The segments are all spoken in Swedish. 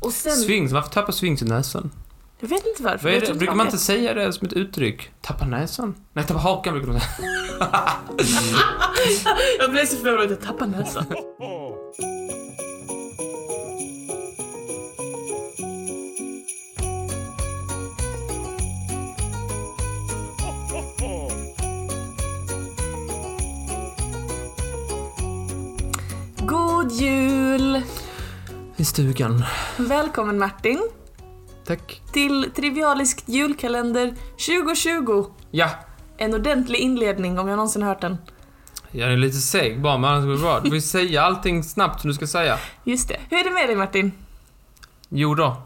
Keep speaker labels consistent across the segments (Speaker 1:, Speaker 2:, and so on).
Speaker 1: Och sen...
Speaker 2: Svings, varför tappar Svings i näsan?
Speaker 1: Jag vet inte varför.
Speaker 2: Vad är
Speaker 1: jag
Speaker 2: det?
Speaker 1: tror
Speaker 2: Brukar man
Speaker 1: vet.
Speaker 2: inte säga det som ett uttryck? Tappa näsan? Nej, tappa hakan brukar man säga.
Speaker 1: Jag blev så förvånad att jag tappade näsan. God jul!
Speaker 2: I stugan.
Speaker 1: Välkommen Martin
Speaker 2: Tack.
Speaker 1: till Trivialisk julkalender 2020.
Speaker 2: Ja,
Speaker 1: En ordentlig inledning om jag någonsin hört den.
Speaker 2: jag är lite seg bara, men annars går det bra. Du får ju säga allting snabbt som du ska säga.
Speaker 1: Just det. Hur är det med dig Martin?
Speaker 2: Jo då.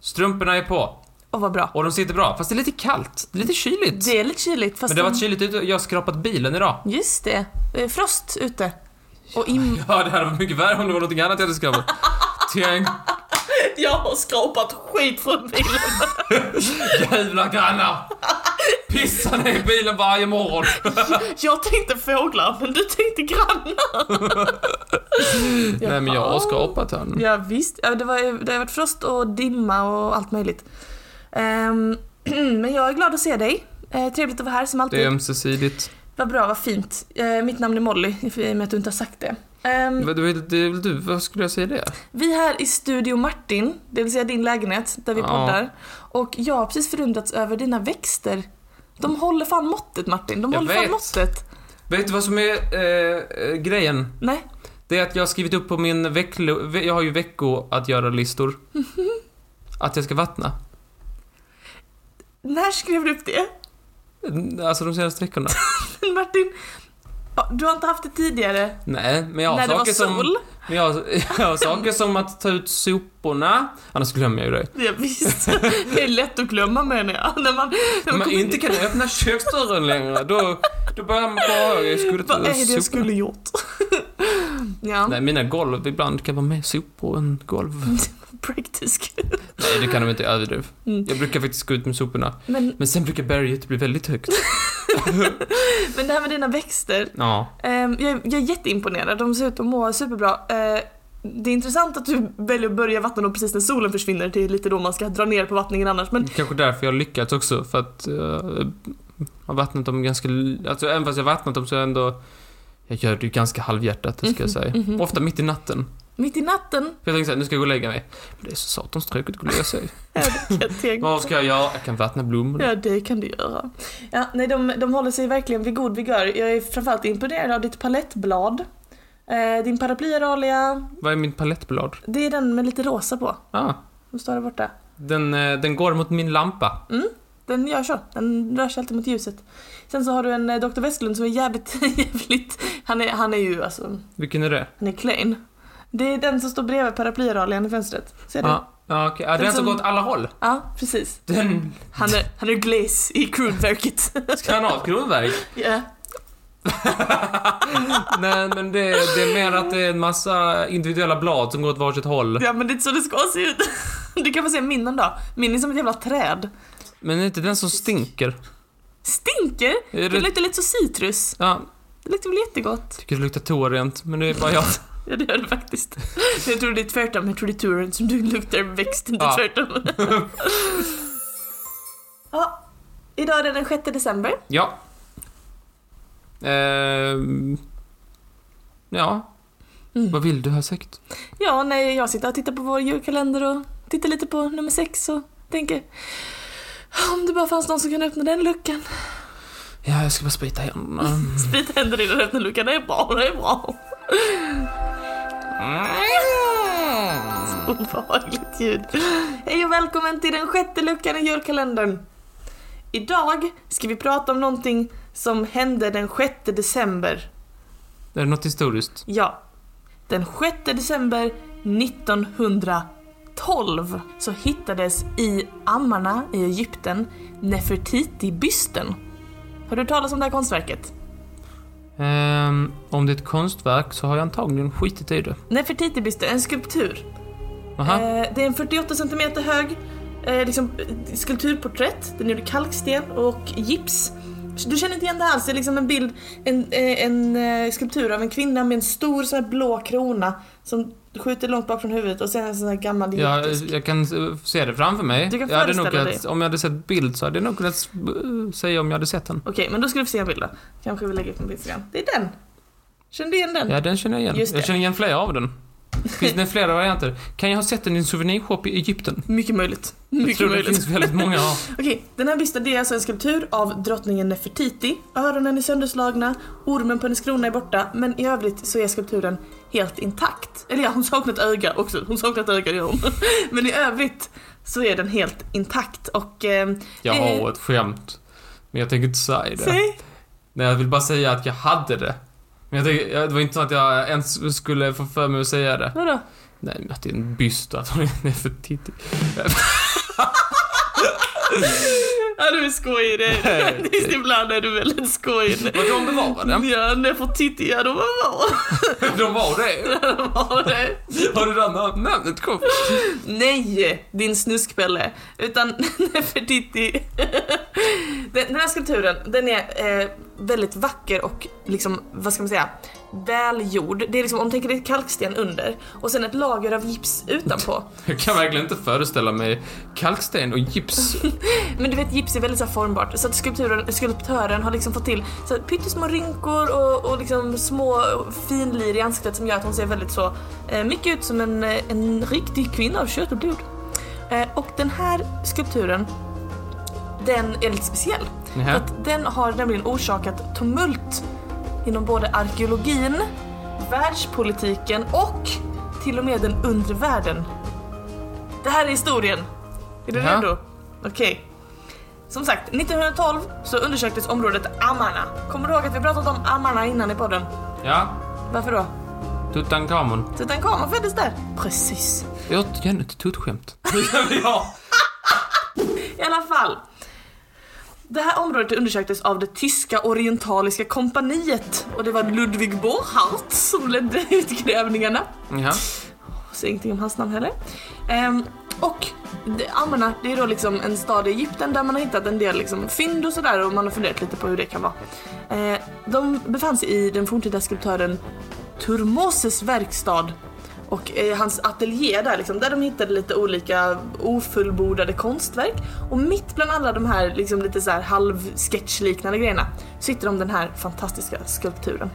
Speaker 2: Strumporna är på.
Speaker 1: Åh vad bra.
Speaker 2: Och de sitter bra. Fast det är lite kallt. Det är lite kyligt.
Speaker 1: Det är lite kyligt fast
Speaker 2: Men det har varit kyligt ute och jag har skrapat bilen idag.
Speaker 1: Just det. Det är frost ute. Och im...
Speaker 2: Ja, det hade varit mycket värre om det var något annat jag hade skrapat. Tänk
Speaker 1: Jag har skrapat skit från bilen.
Speaker 2: jävla grannar! Pissar ner i bilen varje morgon.
Speaker 1: Jag tänkte fåglar, men du tänkte grannar.
Speaker 2: Nej, men jag har skrapat den.
Speaker 1: Ja, visst. Ja, det, var, ju- det har varit frost och dimma och allt möjligt. Ehm, men jag är glad att se dig. Eh, trevligt att vara här som alltid.
Speaker 2: Det är ömsesidigt.
Speaker 1: Vad bra, vad fint. Eh, mitt namn är Molly, i och med att du inte har sagt det. Ehm,
Speaker 2: Vad- Det är väl du, du, vad skulle jag säga det?
Speaker 1: vi är här i Studio Martin, det vill säga din lägenhet, där vi
Speaker 2: Ja.
Speaker 1: poddar. Och jag har precis förundrats över dina växter. De håller fan måttet Martin, de
Speaker 2: Jag
Speaker 1: håller fan
Speaker 2: vet.
Speaker 1: måttet.
Speaker 2: Vet du vad som är eh, eh, grejen?
Speaker 1: Nej,
Speaker 2: Det är att jag har skrivit upp på min vecklo... ve- Jag har ju vecko att göra-listor. Att jag ska vattna.
Speaker 1: när skrev du upp det?
Speaker 2: Alltså de senaste veckorna.
Speaker 1: Martin, ja, du har inte haft det tidigare?
Speaker 2: Nej, men jag har
Speaker 1: när det var
Speaker 2: saker som...
Speaker 1: sol?
Speaker 2: Men jag, har, jag har saker som att ta ut soporna. Annars glömmer jag ju det.
Speaker 1: Ja, visst, det är lätt att glömma menar jag. När man, när man
Speaker 2: Men
Speaker 1: kommer-
Speaker 2: inte kan jag öppna köksdörren längre. Då, då börjar man bara... Jag skulle ta
Speaker 1: Vad är det
Speaker 2: ut soporna.
Speaker 1: jag skulle gjort? ja,
Speaker 2: Nej, mina golv ibland kan vara med sopor en golv.
Speaker 1: Mm. praktisk.
Speaker 2: Nej, det kan de inte. Jag överdrev.
Speaker 1: Mm.
Speaker 2: Jag brukar faktiskt gå ut med soporna.
Speaker 1: Men,
Speaker 2: Men sen brukar berget bli väldigt högt.
Speaker 1: men det här med dina växter,
Speaker 2: Ja.
Speaker 1: Ehm, jag, jag är jätteimponerad, de ser ut att må superbra. Eh, det är intressant att du väljer att börja vattna dem precis när solen försvinner, det är lite då man ska dra ner på vattningen annars. Men
Speaker 2: Kanske därför jag har lyckats också, för att eh, jag har vattnat dem ganska... l- Alltså även fast jag har vattnat dem så är jag ändå... Jag gör det ju ganska halvhjärtat, det ska jag säga.
Speaker 1: mhm.
Speaker 2: Ofta mitt i natten.
Speaker 1: mitt i natten,
Speaker 2: För jag tänker såhär, nu ska jag gå och lägga mig. Men det är så satans tråkigt att gå och lägga sig.
Speaker 1: jag tänker,
Speaker 2: Vad ska jag göra? Jag kan vattna blommorna.
Speaker 1: ja det kan du göra. Ja, nej, de, de håller sig verkligen vid god vigör. Jag är framförallt imponerad av ditt palettblad. Eh, din paraply Aralia,
Speaker 2: Vad är min palettblad?
Speaker 1: det är den med lite rosa på.
Speaker 2: Ah,
Speaker 1: Den står där borta.
Speaker 2: den, eh, den går mot min lampa.
Speaker 1: Den gör så, den rör sig alltid mot ljuset. Sen så har du en eh, Dr. Westlund som är jävligt, jävligt, han är, han är ju alltså
Speaker 2: Vilken är det?
Speaker 1: Han är klein. Det är den som står bredvid paraplyraden i fönstret. Ser du?
Speaker 2: Ja, ah, ah, okej. Ah,
Speaker 1: Den
Speaker 2: den, som
Speaker 1: som-
Speaker 2: går åt alla håll.
Speaker 1: Ja, precis.
Speaker 2: Den
Speaker 1: Han är, han är gles i kronverket.
Speaker 2: ska han ha ett kronverk.
Speaker 1: ja.
Speaker 2: Nej, men det, det är mer att det är en massa individuella blad som går åt varsitt håll.
Speaker 1: ja, men det är inte så det ska se ut. Du kan få se min en dag. Min är som ett jävla träd.
Speaker 2: Men är det inte den som stinker?
Speaker 1: Stinker!
Speaker 2: Är
Speaker 1: Det
Speaker 2: det
Speaker 1: luktar lite så citrus.
Speaker 2: Ja,
Speaker 1: Det luktar väl jättegott?
Speaker 2: tycker det luktar toa rent, men det är bara jag.
Speaker 1: Ja, det gör det faktiskt. Jag tror det är tvärtom. Jag tror det är turen som du luktar växt, inte
Speaker 2: Ja.
Speaker 1: tvärtom. ja, idag är det den 6 december.
Speaker 2: Ja. Ehm. ja,
Speaker 1: Mm.
Speaker 2: vad vill du ha sagt?
Speaker 1: Ja, nej, jag sitter och tittar på vår julkalender och tittar lite på nummer sex och tänker om det bara fanns någon som kunde öppna den luckan.
Speaker 2: Ja, jag ska bara sprita händerna.
Speaker 1: Sprit händer innan du öppnar luckan, det är bra, det är bra. Obehagligt ljud. Hej och välkommen till den sjätte luckan i julkalendern. Idag ska vi prata om någonting som hände den 6 december.
Speaker 2: Är det något historiskt?
Speaker 1: Ja, den 6 december 1912 så hittades i ammarna i Egypten Nefertiti-bysten. Har du hört talas om det här konstverket?
Speaker 2: Ehm, om det är ett konstverk så har jag antagligen skitit i det.
Speaker 1: Nefertiti-bysten, en skulptur.
Speaker 2: Aha.
Speaker 1: Eh, det är en 48 cm hög eh, liksom, eh, skulpturporträtt. Den är gjord i kalksten och gips. Du känner inte igen det alls. Det är liksom en bild, en, eh, en eh, skulptur av en kvinna med en stor sån här blå krona som skjuter långt bak från huvudet och sen en sån här gammal
Speaker 2: Jag,
Speaker 1: egyptisk.
Speaker 2: jag kan eh, se det framför mig.
Speaker 1: Du kan
Speaker 2: jag hade nog
Speaker 1: föreställa
Speaker 2: kunnat, om jag hade sett bild så hade jag nog kunnat s- b- säga om jag hade sett den.
Speaker 1: Okej, men då ska du få se en bild då. Kanske vi lägger upp den på Instagram. Det är den! Känner du igen den?
Speaker 2: Ja, den känner jag igen.
Speaker 1: Just det.
Speaker 2: Jag känner igen flera av den. Finns det flera varianter? Kan jag ha sett den i en souvenirshop i Egypten?
Speaker 1: Mycket möjligt.
Speaker 2: Jag
Speaker 1: Mycket
Speaker 2: tror det
Speaker 1: möjligt.
Speaker 2: finns väldigt många. ja.
Speaker 1: Okej, den här bysten det är alltså en skulptur av drottningen Nefertiti. Öronen är sönderslagna, ormen på hennes krona är borta, men i övrigt så är skulpturen helt intakt. Eller ja, hon saknar ett öga också. Hon saknar ett öga, det gör hon. Men i övrigt så är den helt intakt och... Eh,
Speaker 2: Jag
Speaker 1: det-
Speaker 2: har ett skämt. Men jag tänker inte säga det.
Speaker 1: Säg!
Speaker 2: Nej, jag vill bara säga att jag hade det. Men jag tänker, jag- det var inte så att jag ens skulle få för mig att säga det.
Speaker 1: Vadå?
Speaker 2: Nej, men att det är en byst och att hon är för tittig.
Speaker 1: Ja, du är skojig. Det,
Speaker 2: Nej.
Speaker 1: det, ibland är du väldigt skojig.
Speaker 2: Men de bevarade den.
Speaker 1: Ja, Nefertiti, ja de var bra.
Speaker 2: De var det.
Speaker 1: De var det.
Speaker 2: Har du redan namnet kom?
Speaker 1: Nej, din snuskpelle. Utan Nefertiti. den, den här skulpturen, den är eh, väldigt vacker och liksom, vad ska man säga, välgjord. Det är liksom, om du tänker dig kalksten under och sen ett lager av gips utanpå.
Speaker 2: Jag kan verkligen inte föreställa mig kalksten och gips.
Speaker 1: Men du vet, gips är väldigt så här formbart så att skulpturen, skulptören har liksom fått till så här, pyttesmå rynkor och, och liksom små finlir i ansiktet som gör att hon ser väldigt så eh, mycket ut som en, eh, en riktig kvinna av kött och blod. Eh, och den här skulpturen, den är lite speciell. För
Speaker 2: Nähä.
Speaker 1: att den har nämligen orsakat tumult inom både arkeologin, världspolitiken och till och med den undre världen. Det här är historien. Är du
Speaker 2: Ja.
Speaker 1: redo? Okej. Som sagt, 1912 så undersöktes området Ammarna. Kommer du ihåg att vi pratat om Ammarna innan i podden?
Speaker 2: Ja,
Speaker 1: Varför då?
Speaker 2: Tutankhamon.
Speaker 1: Tutankhamon föddes där. Precis.
Speaker 2: Återigen ett tuttskämt. ja.
Speaker 1: I alla fall. Det här området undersöktes av det tyska orientaliska kompaniet och det var Ludwig Borchardt som ledde utgrävningarna.
Speaker 2: Ja.
Speaker 1: Säger ingenting om hans namn heller. Ehm, och det- Ammarna, det är då liksom en stad i Egypten där man har hittat en del liksom fynd och sådär och man har funderat lite på hur det kan vara. Eh, de befann sig i den forntida skulptören Turmoses verkstad och eh, hans ateljé där liksom, där de hittade lite olika ofullbordade konstverk. Och mitt bland alla de här liksom lite så här halvsketchliknande grejerna så hittar de den här fantastiska skulpturen.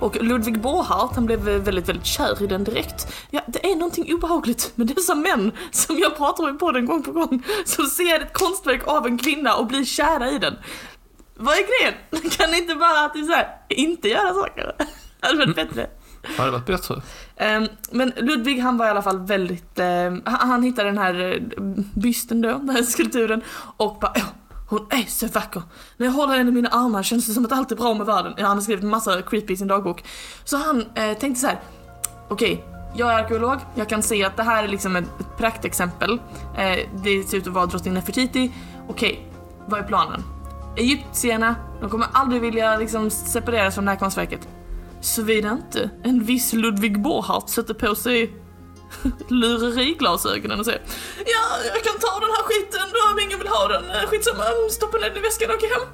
Speaker 1: Och Ludwig Borhardt, han blev väldigt, väldigt kär i den direkt. Ja, det är någonting obehagligt med dessa män som jag pratar med på den gång på gång. Som ser ett konstverk av en kvinna och blir kära i den. Vad är grejen? Kan ni inte bara att det är så här, inte göra saker? Det hade varit bättre.
Speaker 2: Har det varit bättre?
Speaker 1: Ehm, men Ludvig han var i alla fall väldigt, ehm, han, han hittade den här eh, bysten då, den här skulpturen och bara "Åh, hon är så vacker. När jag håller henne i mina armar känns det som att allt är bra med världen. Ja, han har skrivit massa creepy i sin dagbok. Så han eh, tänkte så här. okej, jag är arkeolog, jag kan se att det här är liksom ett, ett praktexempel. Eh, det ser ut att vara drottning Nefertiti. Okej, vad är planen? Egyptierna, de kommer aldrig vilja liksom separeras från det här konstverket. Såvida inte en viss Ludvig Borhardt sätter på sig lureriglasögonen och säger Ja, jag kan ta den här skiten då om ingen vill ha den. Eh, Skitsamma, mm, stoppa ner den i väskan och åka hem.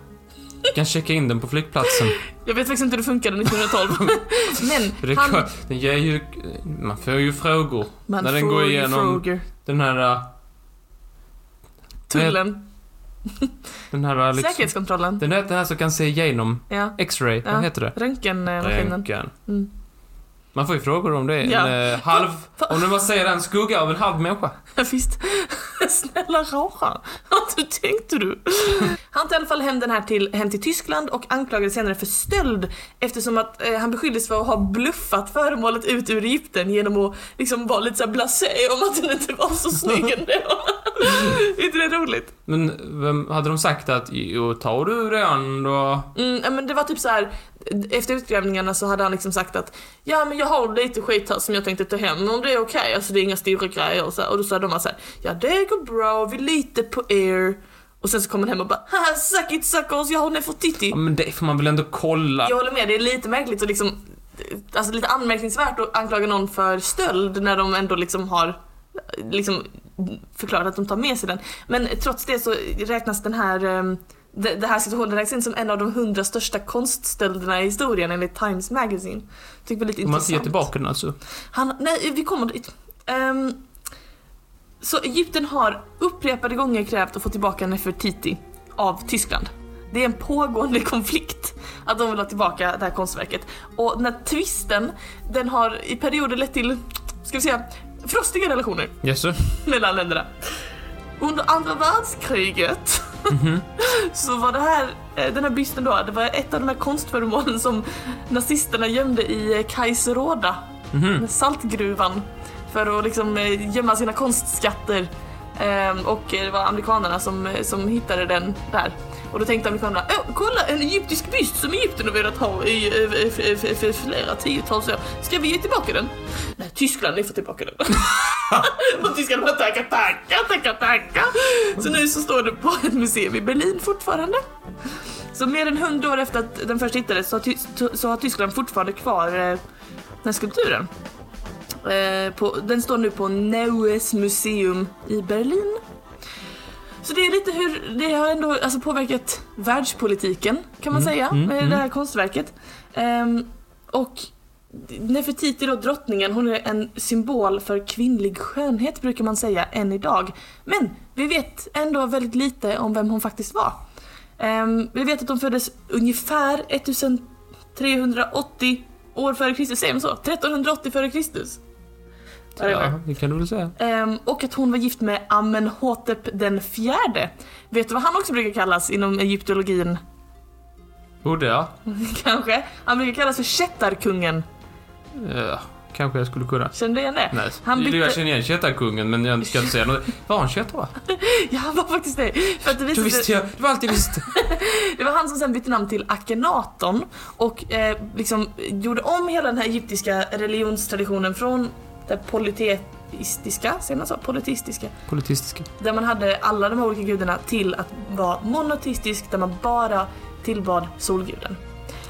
Speaker 2: Jag kan checka in den på flygplatsen.
Speaker 1: Jag vet faktiskt inte hur det funkade 1912. Men
Speaker 2: Det
Speaker 1: han...
Speaker 2: kan, den ger ju... Man får ju frågor.
Speaker 1: Man
Speaker 2: när den
Speaker 1: får
Speaker 2: går
Speaker 1: ju
Speaker 2: igenom-
Speaker 1: frågor.
Speaker 2: Den här... äh,
Speaker 1: Tullen.
Speaker 2: Den här... äh, Liksom,
Speaker 1: Säkerhetskontrollen.
Speaker 2: den, här- den här som kan se igenom
Speaker 1: Ja.
Speaker 2: X-ray.
Speaker 1: Ja.
Speaker 2: Vad heter det?
Speaker 1: Röntgenmaskinen.
Speaker 2: Röntgen.
Speaker 1: Mm.
Speaker 2: Man får ju frågor om det. är En
Speaker 1: Ja.
Speaker 2: eh, halv...
Speaker 1: Va-
Speaker 2: Om du bara säger en skugga av en halv människa.
Speaker 1: Visst. Snälla rara. Hur tänkte du? Han tog i alla fall hem den här till, hem till Tyskland och anklagades senare för stöld eftersom att eh, han beskylldes för att ha bluffat föremålet ut ur Egypten genom att liksom vara lite så här blasé om att den inte var så snygg ändå. Är inte det roligt?
Speaker 2: Men vem, hade de sagt att jo, tar du den då?
Speaker 1: Mm, ja, men det var typ så här. efter utgrävningarna så hade han liksom sagt att ja men jag har lite skit här som jag tänkte ta hem, men om det är okej, alltså det är inga stora grejer och så här. Och då sa de bara så här, ja det går bra, vi litar på er. Och sen så kommer han hem och bara, haha suck it suckers, jag har Nefertiti.
Speaker 2: Ja, men det får man väl ändå kolla.
Speaker 1: Jag håller med, det är lite märkligt och liksom, alltså lite anmärkningsvärt att anklaga någon för stöld när de ändå liksom har liksom förklarat att de tar med sig den. Men trots det så räknas den här eh, det, det här situationen räknas in som en av de hundra största konststölderna i historien enligt Times Magazine. Tycker det var lite
Speaker 2: Om man
Speaker 1: intressant.
Speaker 2: ser tillbaka den alltså.
Speaker 1: Han, nej, vi kommer dit. Ehm, så Egypten har upprepade gånger krävt att få tillbaka Nefertiti av Tyskland. Det är en pågående konflikt att de vill ha tillbaka det här konstverket. Och den här tvisten, den har i perioder lett till, ska vi säga, frostiga relationer
Speaker 2: Jaså?
Speaker 1: mellan länderna. Under andra världskriget så var det här, eh, den här bysten då, det var ett av de här konstföremålen som nazisterna gömde i eh, Kaiseroda,
Speaker 2: Mhm.
Speaker 1: med saltgruvan för att liksom eh, gömma sina konstskatter. Ehm, Och eh, det var amerikanerna som, eh, som hittade den där. Och då tänkte amerikanerna, Åh, kolla en egyptisk byst som Egypten har velat ha i eh, f- f- f- f- flera tiotals år. Ska vi ge tillbaka den? Nej, Tyskland, ni får tillbaka den. Och tyskarna bara tacka, tacka, tacka, tacka. Så nu så står det på ett museum i Berlin fortfarande. Så mer än hundra år efter att den först hittades så har, Ty- så har Tyskland fortfarande kvar eh, den här skulpturen. Eh, på, den står nu på Neues Museum i Berlin. Så det är lite hur, det har ändå alltså, påverkat världspolitiken kan man
Speaker 2: Mm,
Speaker 1: säga
Speaker 2: mm,
Speaker 1: med det
Speaker 2: mm.
Speaker 1: här konstverket. Ehm, och Nefertiti då, drottningen, hon är en symbol för kvinnlig skönhet brukar man säga än idag. Men vi vet ändå väldigt lite om vem hon faktiskt var. Ehm, vi vet att hon föddes ungefär 1380 år före Kristus, säger man så? 1380 före Kristus. Whatever.
Speaker 2: Ja, det kan du väl säga.
Speaker 1: Ehm, och att hon var gift med Amenhotep den fjärde. Vet du vad han också brukar kallas inom egyptologin?
Speaker 2: Borde jag?
Speaker 1: Kanske? Han brukar kallas för kättarkungen.
Speaker 2: Ja, Eh, kanske jag skulle kunna.
Speaker 1: Känner du igen det?
Speaker 2: Nej,
Speaker 1: Han bytte-
Speaker 2: jag känner igen kättarkungen men jag ska inte säga något. Var han kättare?
Speaker 1: Ja, han var faktiskt det. För att det,
Speaker 2: Då
Speaker 1: visade, sig-
Speaker 2: visste jag. Det var alltid visst.
Speaker 1: det var han som sen bytte namn till Akhenaton och eh, liksom gjorde om hela den här egyptiska religionstraditionen från det politeistiska, säger man så? Politeistiska.
Speaker 2: Politistiska.
Speaker 1: Där man hade alla de här olika gudarna till att vara monoteistisk där man bara tillbad solguden.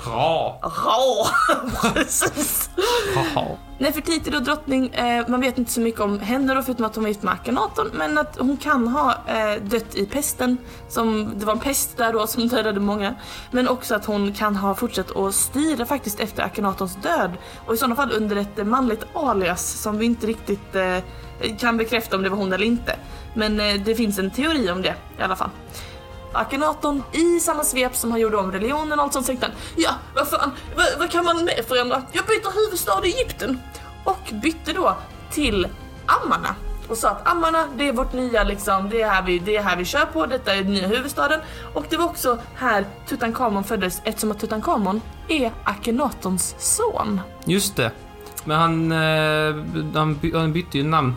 Speaker 2: Bra!
Speaker 1: Aha, precis!
Speaker 2: Haha.
Speaker 1: Nefertiti då drottning, eh, man vet inte så mycket om henne då förutom att hon var gift med Akhenaton men att hon kan ha eh, dött i pesten. Som, det var en pest där då som dödade många. Men också att hon kan ha fortsatt att styra faktiskt efter Akhenatons död. Och i sådana fall under ett eh, manligt alias som vi inte riktigt eh, kan bekräfta om det var hon eller inte. Men eh, det finns en teori om det i alla fall. Akhenaton i samma svep som han gjorde om religionen och allt sånt tänkte han Ja, vad fan, vad, vad kan man mer förändra? Jag byter huvudstad i Egypten! Och bytte då till Ammarna och sa att Ammarna, det är vårt nya liksom, det är här vi, det är här vi kör på, detta är den nya huvudstaden. Och det var också här Tutankhamon föddes eftersom att Tutankhamon är Akhenatons son.
Speaker 2: Just det. Men han, eh, han, by, han bytte ju namn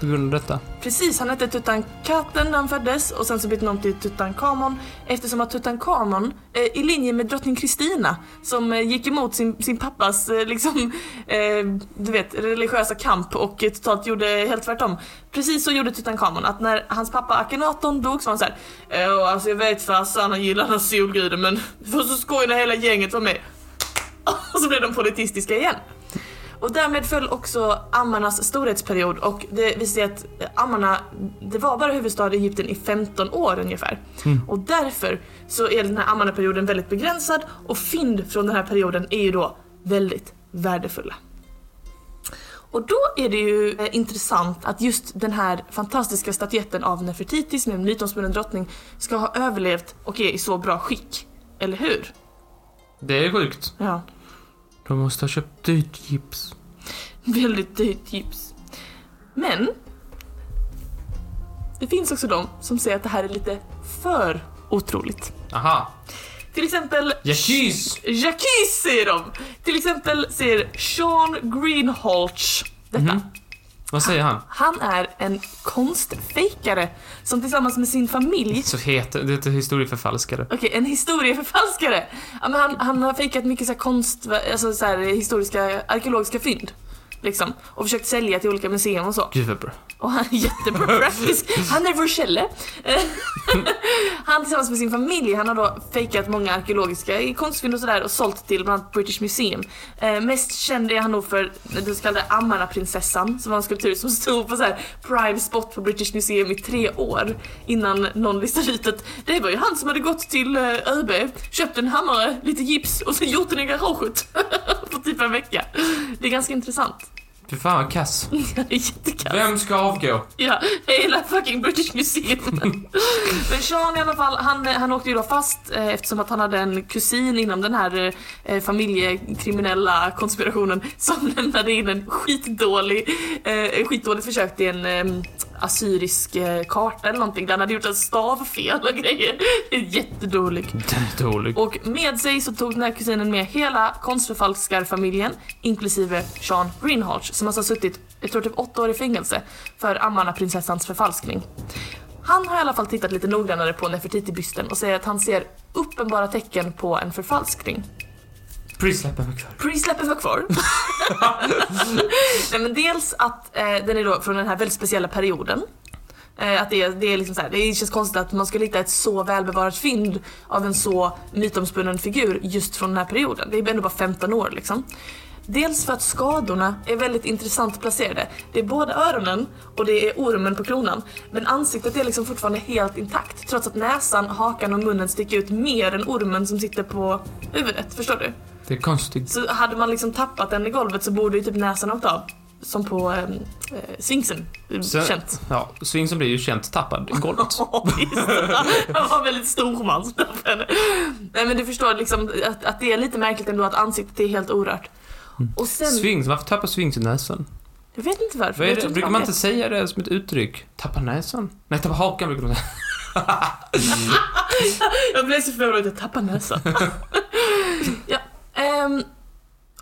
Speaker 2: på grund av detta.
Speaker 1: Precis, han hette Tutankaten när han föddes och sen så bytte han om till Tutankhamon eftersom att Tutankhamon, eh, i linje med drottning Kristina som eh, gick emot sin, sin pappas eh, liksom, eh, du vet, religiösa kamp och eh, totalt gjorde helt tvärtom. Precis så gjorde Tutankhamon, att när hans pappa Akhenaton dog så var han såhär Åh, alltså jag vet farsan han gillar den här solguden men det var så skoj när hela gänget var med. Och så blev de politistiska igen. Och därmed föll också ammarnas storhetsperiod och det visade sig att ammarna, det var bara huvudstad i Egypten i 15 år ungefär. Och därför så är den här ammarnaperioden väldigt begränsad och fynd från den här perioden är ju då väldigt värdefulla. Och då är det ju eh, intressant att just den här fantastiska statyetten av Nefertiti som är en mytomspunnen drottning ska ha överlevt och är i så bra skick. Eller hur?
Speaker 2: Det är sjukt.
Speaker 1: Ja.
Speaker 2: De måste ha köpt dyrt gips.
Speaker 1: Väldigt dyrt gips. Men det finns också de som säger att det här är lite för otroligt.
Speaker 2: Aha.
Speaker 1: Till exempel...
Speaker 2: Jacques!
Speaker 1: Jacques säger de! Till exempel säger Sean Greenhalgh detta.
Speaker 2: Mhm. Vad säger han?
Speaker 1: Han är en konstfejkare som tillsammans med sin familj
Speaker 2: Så heter det är historieförfalskare.
Speaker 1: Okej, en historieförfalskare! Ja, men han, han har fejkat mycket så här konst, alltså så här historiska, arkeologiska fynd. Liksom. Och försökt sälja till olika museer och så.
Speaker 2: Gud vad bra.
Speaker 1: Och han är jättebra praktisk. Han är Rochelle. Eh, han tillsammans med sin familj, han har då fejkat många arkeologiska konstfynd och sådär och sålt till bland annat British Museum. Eh, mest känd är han nog för den så kallade Amarna-prinsessan som var en skulptur som stod på så här prime spot på British Museum i tre år innan någon listade ut att det var ju han som hade gått till eh, ÖB, köpt en hammare, lite gips och sen gjort den i garaget på typ en vecka. Det är ganska intressant.
Speaker 2: Fy fan vad kass.
Speaker 1: Det är jättekass.
Speaker 2: Vem ska avgå?
Speaker 1: Ja, hela fucking British Museum. Men Sean i alla fall, han, han åkte ju då fast eh, eftersom att han hade en kusin inom den här eh, familjekriminella konspirationen som lämnade in en skitdålig, eh, en skitdåligt försök till en eh, assyrisk eh, karta eller någonting där han hade gjort en stavfel och grejer. Det är jättedålig.
Speaker 2: Den är dålig.
Speaker 1: Och med sig så tog den här kusinen med hela konstförfalskarfamiljen inklusive Sean Greenhalgh som alltså har suttit, jag tror typ åtta år i fängelse för Amarna-prinsessans förfalskning. Han har i alla fall tittat lite noggrannare på Nefertiti-bysten och säger att han ser uppenbara tecken på en förfalskning.
Speaker 2: Prislappen var kvar.
Speaker 1: Prislappen var kvar. Nej, men dels att eh, den är då från den här väldigt speciella perioden. Eh, att det, är- det, är liksom så här, det känns konstigt att man skulle hitta ett så välbevarat fynd av en så mytomspunnen figur just från den här perioden. Det är ändå bara 15 år liksom. Dels för att skadorna är väldigt intressant placerade. Det är både öronen och det är ormen på kronan. Men ansiktet är liksom fortfarande helt intakt trots att näsan, hakan och munnen sticker ut mer än ormen som sitter på huvudet. Förstår du?
Speaker 2: Det är konstigt.
Speaker 1: Så hade man liksom tappat den i golvet så borde ju typ näsan åkt av. Som på eh, eh, Sphinxen.
Speaker 2: Så-
Speaker 1: Känt.
Speaker 2: Ja, Svingsen blir ju känt tappad i golvet.
Speaker 1: Ja, visst. Han var en väldigt stor man. Nej men du förstår liksom att, att det är lite märkligt ändå att ansiktet är helt orört.
Speaker 2: Mm.
Speaker 1: Och sen,
Speaker 2: Svingsen, varför tappar Svingsen näsan?
Speaker 1: jag vet inte varför.
Speaker 2: Vad är
Speaker 1: jag
Speaker 2: det?
Speaker 1: tror
Speaker 2: Brukar man inte säga det som ett uttryck? Tappa näsan? Nej, tappa hakan brukar man säga.
Speaker 1: vet. Jag blev så förvånad att jag tappade näsan. ja, ehm,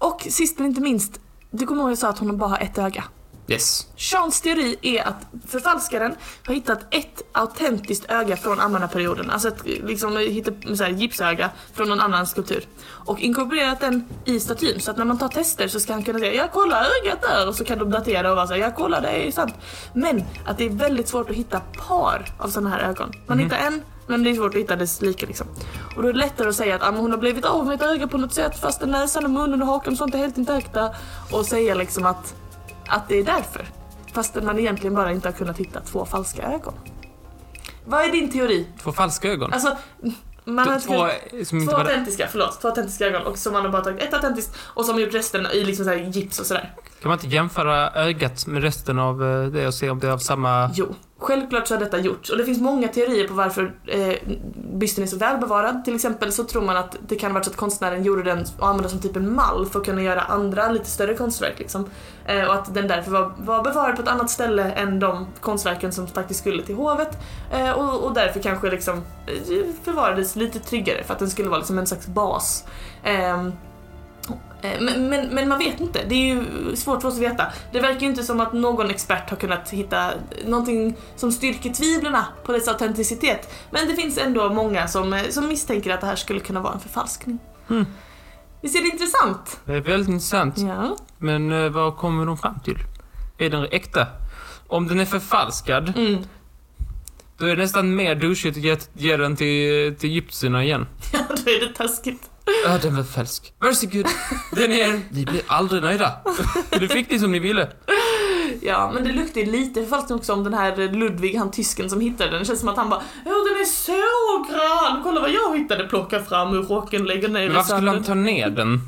Speaker 1: och sist men inte minst, du kommer ihåg jag sa att hon bara har ett öga.
Speaker 2: Yes.
Speaker 1: Seans teori är att förfalskaren har hittat ett autentiskt öga från Amarna-perioden, alltså ett liksom, hittat, så här, gipsöga från någon annan skulptur. Och inkorporerat den i statyn så att när man tar tester så ska han kunna säga jag kollar ögat där och så kan de datera och vara såhär jag kollar det är sant. Men att det är väldigt svårt att hitta par av sådana här ögon. Man hittar en men det är svårt att hitta dess like liksom. Och då är det lättare att säga att ah, men hon har blivit av med ett öga på något sätt fast näsan och munnen och hakan och sånt är helt intakta. Och säga liksom att, att det är därför. Fast man egentligen bara inte har kunnat hitta två falska ögon. Vad är din teori?
Speaker 2: Två falska ögon.
Speaker 1: Alltså, man har inte
Speaker 2: Två
Speaker 1: kunnat...
Speaker 2: som inte
Speaker 1: Två
Speaker 2: var där.
Speaker 1: autentiska, förlåt. Två autentiska ögon och som man har bara tagit ett autentiskt och som har gjort resten i liksom så här gips och sådär.
Speaker 2: Kan man inte jämföra ögat med resten av eh, det och se om det är av samma...
Speaker 1: Jo, självklart så har detta gjorts och det finns många teorier på varför eh, bysten är så välbevarad. Till exempel så tror man att det kan ha varit så att konstnären gjorde den och använde som typ en mall för att kunna göra andra lite större konstverk liksom. Eh, och att den därför var, var bevarad på ett annat ställe än de konstverken som faktiskt skulle till hovet. Eh, och, och därför kanske liksom eh, förvarades lite tryggare för att den skulle vara liksom en slags bas. Ehm, Eh, Men, men, men man vet inte, det är ju svårt för oss att veta. Det verkar ju inte som att någon expert har kunnat hitta någonting som styrker tvivlarna på dess autenticitet. Men det finns ändå många som, eh, som misstänker att det här skulle kunna vara en förfalskning.
Speaker 2: Mm.
Speaker 1: Visst är det intressant?
Speaker 2: Det är väldigt intressant.
Speaker 1: Ja.
Speaker 2: Men eh, vad kommer de fram till? Är den äkta? Om den är förfalskad,
Speaker 1: Mm.
Speaker 2: då är det nästan mer douchigt att ge, ge den till, till egyptierna igen.
Speaker 1: Ja, då är det taskigt.
Speaker 2: Ja, den var falsk. Varsågod, den är er. Ni blir aldrig nöjda. Du fick det som ni ville.
Speaker 1: Ja, men det luktar ju lite förfalskning också om den här Ludvig, han tysken som hittade den. Det känns som att han bara Åh, den är så grann! Kolla vad jag hittade! Plocka fram ur rocken, lägger ner
Speaker 2: Men
Speaker 1: i
Speaker 2: varför skulle han
Speaker 1: sanden.
Speaker 2: ta ner den?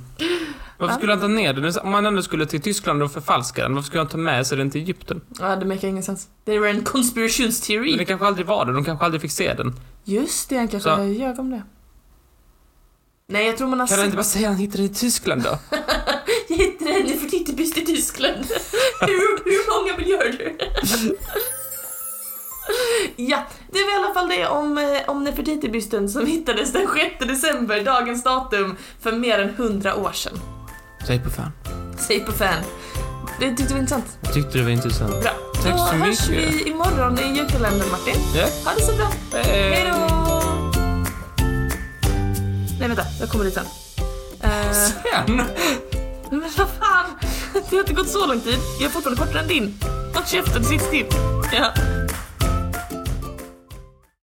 Speaker 2: Varför skulle han ta ner den? Om han ändå skulle till Tyskland och förfalska den, varför skulle han ta med sig den till Egypten?
Speaker 1: Ja, det makar ingen sens. Det var en conspirationsteori.
Speaker 2: Men det kanske aldrig var det, de kanske aldrig fick se den.
Speaker 1: Just det, han kanske
Speaker 2: Så-
Speaker 1: ljög om det. Nej, jag tror man har
Speaker 2: Kan han inte
Speaker 1: sett...
Speaker 2: bara säga att han hittade den i Tyskland då?
Speaker 1: Jag hittade henne för tittebyst i Tyskland. hur, hur många miljöer du? ja, det var i alla fall det om, eh, om Nefertiti-bysten som hittades den 6 december, dagens datum, för mer än 100 år sedan.
Speaker 2: Säg på fan.
Speaker 1: Säg på fan. Det tyckte vi var intressant.
Speaker 2: Jag tyckte det var intressant.
Speaker 1: Bra.
Speaker 2: Tack
Speaker 1: Då
Speaker 2: så
Speaker 1: hörs
Speaker 2: mycket.
Speaker 1: vi imorgon i julkalendern, Martin.
Speaker 2: Ja.
Speaker 1: Ha det så bra. Hej då! Nej, vänta. Jag kommer dit sen. Eh,
Speaker 2: Sen?
Speaker 1: Men vad fan! Det har inte gått så lång tid. Jag är fortfarande kortare än din. Håll käften, sitt still. Ja.